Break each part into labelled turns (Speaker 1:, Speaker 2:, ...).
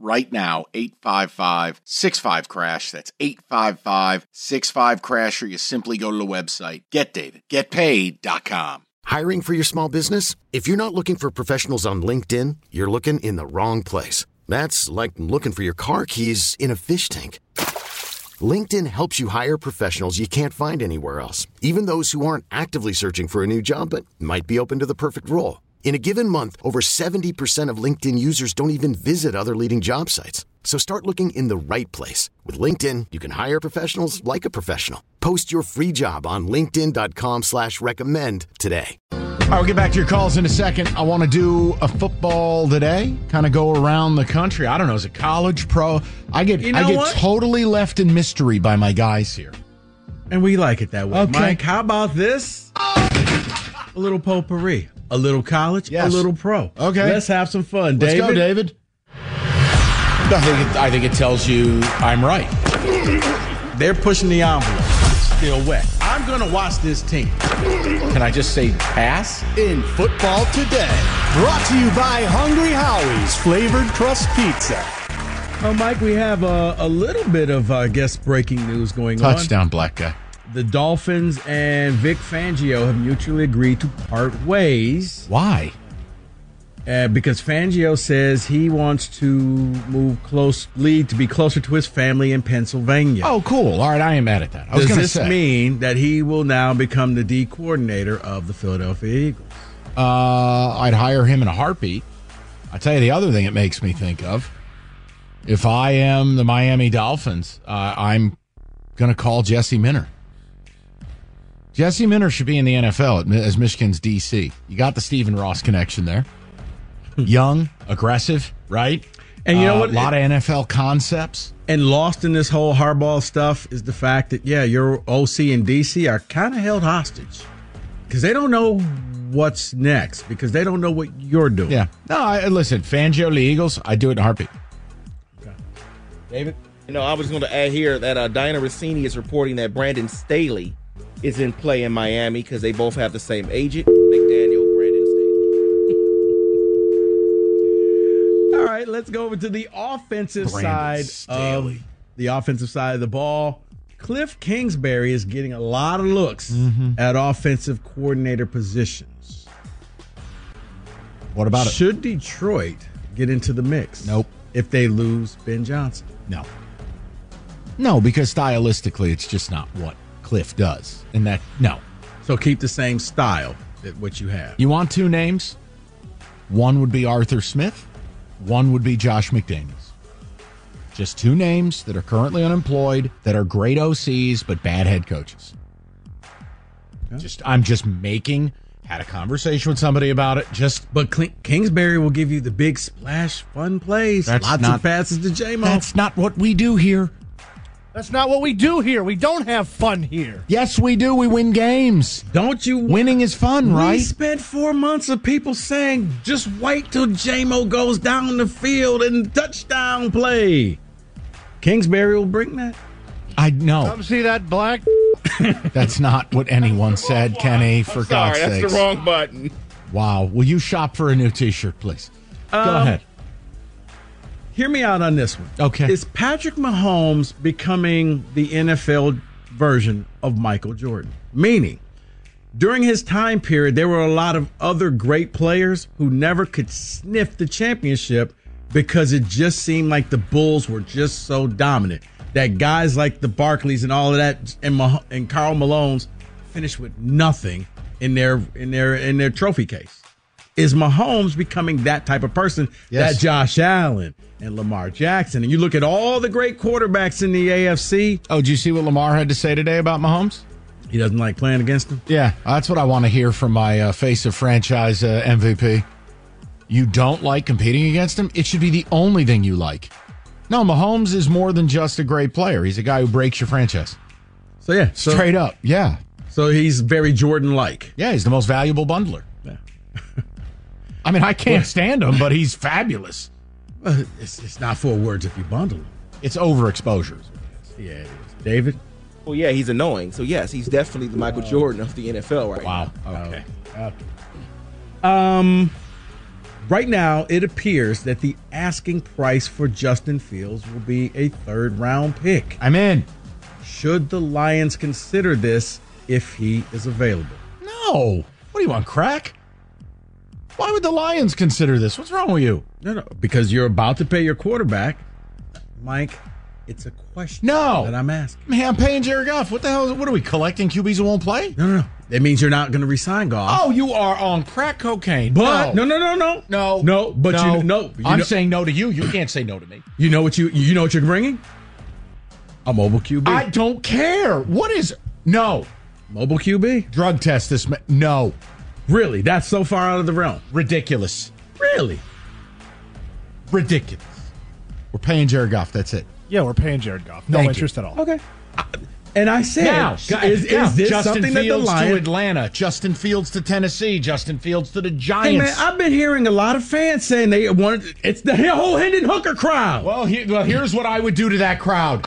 Speaker 1: right now 855 65 crash that's 855 65 crash or you simply go to the website getdavidgetpaid.com
Speaker 2: Hiring for your small business? If you're not looking for professionals on LinkedIn, you're looking in the wrong place. That's like looking for your car keys in a fish tank. LinkedIn helps you hire professionals you can't find anywhere else, even those who aren't actively searching for a new job but might be open to the perfect role. In a given month, over 70% of LinkedIn users don't even visit other leading job sites. So start looking in the right place. With LinkedIn, you can hire professionals like a professional. Post your free job on linkedin.com slash recommend today.
Speaker 1: all right we'll get back to your calls in a second i want to do a football today kind of go around the country i don't know is it college pro i get
Speaker 3: You know
Speaker 1: i get
Speaker 3: what?
Speaker 1: totally left in mystery by my guys here
Speaker 3: And we like it that way.
Speaker 1: Okay.
Speaker 3: Mike, how about this? A little potpourri, a little college,
Speaker 1: Yes.
Speaker 3: a little pro.
Speaker 1: Okay.
Speaker 3: Let's have some fun,
Speaker 1: let's
Speaker 3: David.
Speaker 1: go david
Speaker 4: I think, it, I think it tells you I'm right.
Speaker 3: They're pushing the envelope. It's still wet. I'm going to watch this team.
Speaker 4: Can I just say pass?
Speaker 5: in football today. Brought to you by Hungry Howie's Flavored Crust Pizza.
Speaker 3: Oh, Mike, we have a, a little bit of, I guess, breaking news going
Speaker 1: touchdown black guy
Speaker 3: on. The Dolphins and Vic Fangio have mutually agreed to part ways.
Speaker 1: why
Speaker 3: Uh, because Fangio says he wants to move closely to be closer to his family in Pennsylvania.
Speaker 1: oh cool all right i ain't mad at that i was
Speaker 3: Does
Speaker 1: gonna
Speaker 3: this
Speaker 1: say
Speaker 3: mean that he will now become the D coordinator of the Philadelphia Eagles?
Speaker 1: Uh, I'd hire him in a heartbeat. I tell you the other thing it makes me think of. If I am the Miami Dolphins, uh, I'm going to call Jesse Minner. Jesse Minner should be in the NFL at, Mi- as Michigan's DC. You got the Stephen Ross connection there. Young, aggressive, right?
Speaker 3: Hmm. And you know
Speaker 1: Uh,
Speaker 3: what?
Speaker 1: A lot of NFL concepts.
Speaker 3: And lost in this whole hardball stuff is the fact that yeah, your OC and DC are kind of held hostage because they don't know what's next because they don't know what you're doing.
Speaker 1: Yeah. No, I, listen, Fangio, the Eagles, I do it in a heartbeat.
Speaker 3: David.
Speaker 6: You know, I was going to add here that uh, Diana Rossini is reporting that Brandon Staley is in play in Miami because they both have the same agent, McDaniel, Brandon Staley.
Speaker 3: All right, let's go over to the offensive
Speaker 1: Brandon
Speaker 3: side
Speaker 1: Staley.
Speaker 3: of the offensive side of the ball. Cliff Kingsbury is getting a lot of looks
Speaker 1: Mm-hmm.
Speaker 3: at offensive coordinator positions.
Speaker 1: What about it?
Speaker 3: Should Detroit get into the mix?
Speaker 1: Nope.
Speaker 3: If they lose Ben Johnson.
Speaker 1: No. No, because stylistically, it's just not what Cliff does. And that, no.
Speaker 3: So keep the same style that what you have.
Speaker 1: You want two names? One would be Arthur Smith, one would be Josh McDaniels. Just two names that are currently unemployed, that are great OCs, but bad head coaches. Just, I'm just making, had a conversation with somebody about it. Just,
Speaker 3: But Cl- Kingsbury will give you the big splash fun plays.
Speaker 1: That's
Speaker 3: Lots
Speaker 1: not-
Speaker 3: of passes to J Mo.
Speaker 1: that's not what we do here.
Speaker 5: That's not what we do here. We don't have fun here.
Speaker 1: Yes, we do. We win games.
Speaker 3: Don't you
Speaker 1: Winning is fun,
Speaker 3: We
Speaker 1: right?
Speaker 3: spent four months of people saying, just wait till J-Mo goes down the field and touchdown play. Kingsbury will bring that.
Speaker 1: I know.
Speaker 5: Come see that black?
Speaker 1: That's not what anyone said, Kenny. For God's
Speaker 6: Sorry, that's
Speaker 1: sake!
Speaker 6: the wrong button.
Speaker 1: Wow. Will you shop for a new T-shirt, please? Go ahead.
Speaker 3: Hear me out on this one.
Speaker 1: Okay.
Speaker 3: Is Patrick Mahomes becoming the NFL version of Michael Jordan? Meaning, during his time period, there were a lot of other great players who never could sniff the championship because it just seemed like the Bulls were just so dominant that guys like the Barclays and all of that and Mah- and Carl Malone's finished with nothing in their in their in their trophy case. Is Mahomes becoming that type of person
Speaker 1: Yes.
Speaker 3: that Josh Allen and Lamar Jackson and you look at all the great quarterbacks in the AFC,
Speaker 1: Oh, did you see what Lamar had to say today about Mahomes?
Speaker 3: he doesn't like playing against them.
Speaker 1: Yeah, that's what I want to hear from my uh, face of franchise uh, MVP. You don't like competing against him? It should be the only thing you like. No, Mahomes is more than just a great player. He's a guy who breaks your franchise.
Speaker 3: So yeah, so
Speaker 1: Straight up. Yeah.
Speaker 3: So he's very Jordan like.
Speaker 7: Yeah, he's the most valuable bundler. I mean, I can't stand him, but he's fabulous.
Speaker 3: It's, it's not four words if you bundle them.
Speaker 7: It's overexposure.
Speaker 3: Yeah, it is. David?
Speaker 6: Well, yeah, he's annoying. So yes, he's definitely the Michael Jordan of the NFL right
Speaker 7: Wow.
Speaker 3: Oh.
Speaker 7: Okay.
Speaker 3: Um, Right now, it appears that the asking price for Justin Fields will be a third round pick.
Speaker 7: I'm in.
Speaker 3: Should the Lions consider this if he is available?
Speaker 7: No. What do you want, crack? Why would the Lions consider this? What's wrong with you?
Speaker 3: No, no, because you're about to pay your quarterback. Mike, it's a question
Speaker 7: No.
Speaker 3: that I'm asking.
Speaker 7: Man, I'm paying Jared Goff. What the hell? Is, what are we collecting QBs who won't play?
Speaker 3: No, no, no. That means you're not going to resign Goff.
Speaker 7: Oh, you are on crack cocaine.
Speaker 3: but no, no, no, no,
Speaker 7: no,
Speaker 3: no. But you know, no, you
Speaker 7: I'm
Speaker 3: know,
Speaker 7: saying no to you. You can't say no to me.
Speaker 3: you know what you you know what you're bringing? A mobile QB.
Speaker 7: I don't care. What is no
Speaker 3: mobile QB.
Speaker 7: drug test? This ma- no
Speaker 3: Really? That's so far out of the realm.
Speaker 7: ridiculous,
Speaker 3: Really?
Speaker 7: ridiculous. We're paying Jared Goff. That's it.
Speaker 8: Yeah, we're paying Jared Goff. No
Speaker 7: Thank you.
Speaker 8: interest at all.
Speaker 3: Okay. And I said,
Speaker 7: Now,
Speaker 3: is, is this
Speaker 7: Justin
Speaker 3: something that the
Speaker 7: Fields to
Speaker 3: Lions?
Speaker 7: Atlanta, Justin Fields to Tennessee, Justin Fields to the
Speaker 3: Hey
Speaker 7: Giants.
Speaker 3: man, I've been hearing a lot of fans saying they wanted. It's the whole Hendon Hooker crowd.
Speaker 7: well, he, well, here's what I would do to that crowd.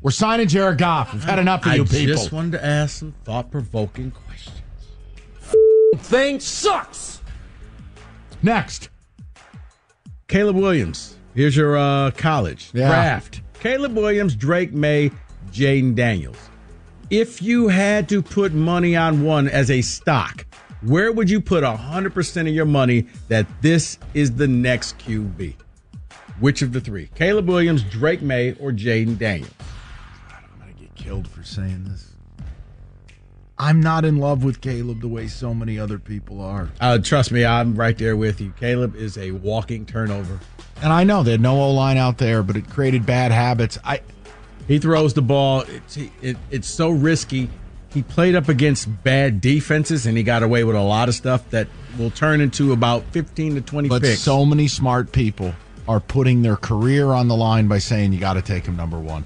Speaker 7: We're signing Jared Goff. We've had enough of
Speaker 3: I
Speaker 7: you people.
Speaker 3: just wanted to ask some thought provoking questions.
Speaker 4: Thing sucks.
Speaker 7: Next.
Speaker 3: Caleb Williams. Here's your uh, college
Speaker 7: Yeah.
Speaker 3: draft. Caleb Williams, Drake May, Jaden Daniels. If you had to put money on one as a stock, where would you put 100% of your money that this is the next QB? Which of the three? Caleb Williams, Drake May, or Jaden Daniels?
Speaker 8: I'm gonna get killed for saying this. I'm not in love with Caleb the way so many other people are.
Speaker 3: Uh, trust me, I'm right there with you. Caleb is a walking turnover.
Speaker 7: And I know they had no O line out there, but it created bad habits. I
Speaker 3: He throws the ball. It's, he- it, it's so risky. He played up against bad defenses and he got away with a lot of stuff that will turn into about 15 to 20
Speaker 7: but
Speaker 3: picks.
Speaker 7: so many smart people are putting their career on the line by saying you got to take him number one.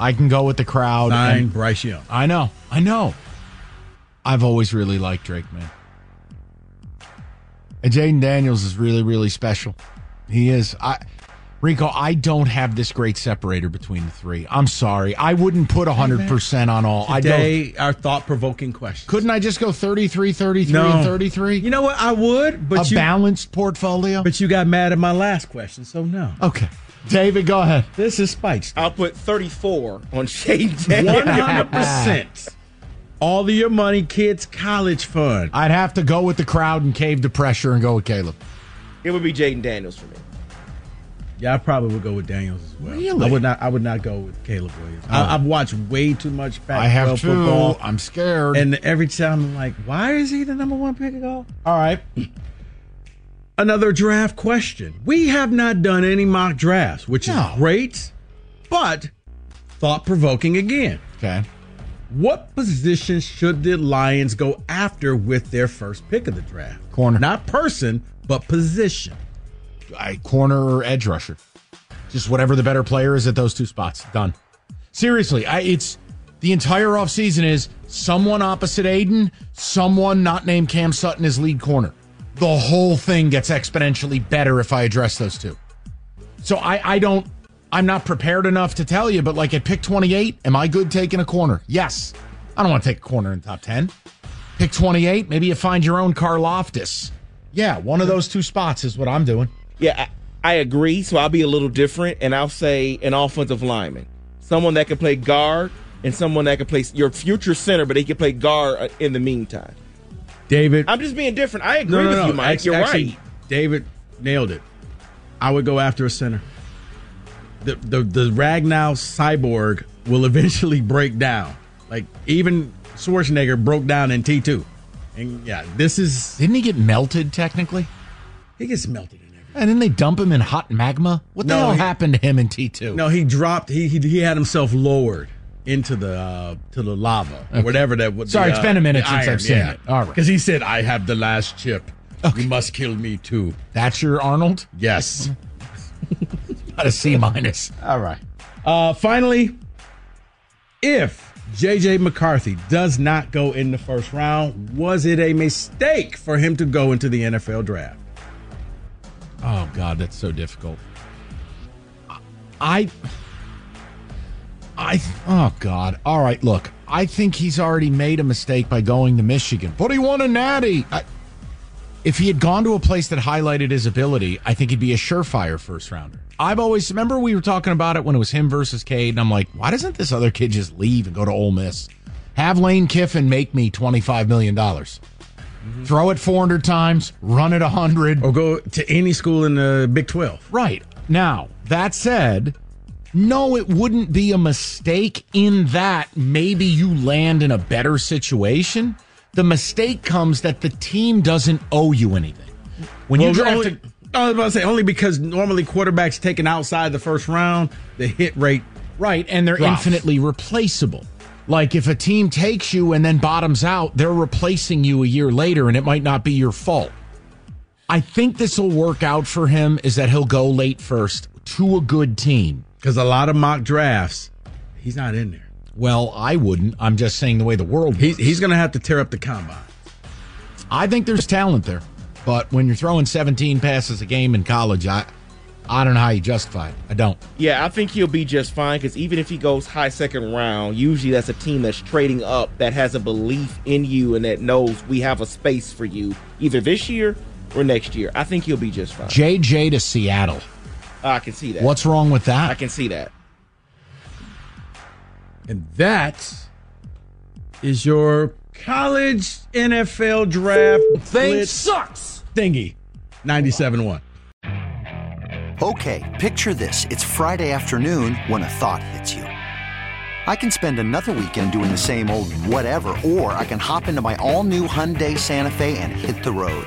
Speaker 7: I can go with the crowd.
Speaker 3: Nine,
Speaker 7: and-
Speaker 3: Bryce Young.
Speaker 7: I know. I know. I've always really liked Drake, man. And Jaden Daniels is really, really special. He is. I Rico, I don't have this great separator between the three. I'm sorry. I wouldn't put 100% on all. I don't.
Speaker 3: Today, our thought provoking question.
Speaker 7: Couldn't I just go 33, 33, and 33?
Speaker 3: You know what? I would, but
Speaker 7: a
Speaker 3: you,
Speaker 7: balanced portfolio?
Speaker 3: but you got mad at my last question, so no.
Speaker 7: Okay. David, go ahead.
Speaker 3: This is Spikes.
Speaker 6: now. I'll put 34 on Shane
Speaker 3: One
Speaker 6: Daniels.
Speaker 3: hundred percent. All of your money, kids' college fund.
Speaker 7: I'd have to go with the crowd and cave to pressure and go with Caleb.
Speaker 6: It would be Jaden Daniels for me.
Speaker 3: Yeah, I probably would go with Daniels as well.
Speaker 7: Really? Oh.
Speaker 3: I would not. I would not go with Caleb Williams. I, I've watched way too much Pac-12
Speaker 7: I have two.
Speaker 3: football,
Speaker 7: I'm scared.
Speaker 3: and every time I'm like, why is he the number one pick at all? All right. Another draft question. We have not done any mock drafts, which
Speaker 7: No.
Speaker 3: is great, but thought provoking again.
Speaker 7: okay.
Speaker 3: What position should the Lions go after with their first pick of the draft?
Speaker 7: Corner.
Speaker 3: Not person, but position.
Speaker 7: I corner or edge rusher. Just whatever the better player is at those two spots. Done. Seriously, I, it's the entire offseason is someone opposite Aiden, someone not named Cam Sutton as lead corner. The whole thing gets exponentially better if I address those two. So I, I don't, I'm not prepared enough to tell you, but like at pick 28, am I good taking a corner? Yes. I don't want to take a corner in the top 10. Pick 28, maybe you find your own Karloftis. Yeah, one of those two spots is what I'm doing.
Speaker 6: Yeah, I, I agree. So I'll be a little different, and I'll say an offensive lineman, someone that can play guard, and someone that can play your future center, but they can play guard uh, in the meantime.
Speaker 3: David.
Speaker 6: I'm just being different. I agree with you, Mike.
Speaker 3: Act-
Speaker 6: You're
Speaker 3: actually,
Speaker 6: right.
Speaker 3: David nailed it. I would go after a center. The the the Ragnow cyborg will eventually break down. Like even Schwarzenegger broke down in T two, and yeah, this is
Speaker 7: didn't he get melted technically?
Speaker 3: He gets melted in
Speaker 7: everything. And then they dump him in hot magma. What the
Speaker 3: No,
Speaker 7: hell
Speaker 3: he-
Speaker 7: happened to him in T two?
Speaker 3: No, he dropped. He he, he had himself lowered into the uh, to the lava, or
Speaker 7: Okay.
Speaker 3: whatever that. uh, was.
Speaker 7: Sorry, it's been a minute since I've seen it. All right.
Speaker 3: because he said, "I have the last chip. You must kill me too."
Speaker 7: That's your Arnold. Mm-hmm.
Speaker 3: Yes.
Speaker 7: Not a C minus.
Speaker 3: All right. Uh, finally, if JJ McCarthy does not go in the first round, was it a mistake for him to go into the NFL draft?
Speaker 7: Oh God, that's so difficult. I, I, oh God. All right, look, I think he's already made a mistake by going to Michigan, but he won a natty. I, if he had gone to a place that highlighted his ability, I think he'd be a surefire first rounder. I've always remember we were talking about it when it was him versus Cade, and I'm like, why doesn't this other kid just leave and go to Ole Miss? Have Lane Kiffin make me twenty five million dollars. Throw it 400 times, run it 100.
Speaker 3: Or go to any school in the Big 12.
Speaker 7: Right. Now, that said, no, it wouldn't be a mistake in that maybe you land in a better situation. The mistake comes that the team doesn't owe you anything. When you
Speaker 3: Well,
Speaker 7: draft
Speaker 3: only-
Speaker 7: a-
Speaker 3: I was about to say only because normally quarterbacks taken outside the first round, the hit rate
Speaker 7: right, and they're
Speaker 3: drops.
Speaker 7: infinitely replaceable. Like if a team takes you and then bottoms out, they're replacing you a year later and it might not be your fault. I think this will work out for him is that he'll go late first to a good team.
Speaker 3: because a lot of mock drafts, he's not in there.
Speaker 7: Well, I wouldn't. I'm just saying the way the world
Speaker 3: He's he's going to have to tear up the combine.
Speaker 7: I think there's talent there, but when you're throwing 17 passes a game in college, I I don't know how you justify it. I don't.
Speaker 6: Yeah, I think he'll be just fine because even if he goes high second round, usually that's a team that's trading up that has a belief in you and that knows we have a space for you either this year or next year. I think he'll be just fine.
Speaker 7: JJ to Seattle.
Speaker 6: I can see that.
Speaker 7: What's wrong with
Speaker 6: I
Speaker 7: that?
Speaker 6: can see that.
Speaker 3: And that is your college NFL draft
Speaker 7: Thing
Speaker 3: blitz
Speaker 7: sucks.
Speaker 3: thingy. 97-1.
Speaker 9: Okay, picture this. It's Friday afternoon when a thought hits you. I can spend another weekend doing the same old whatever, or I can hop into my all new Hyundai Santa Fe and hit the road.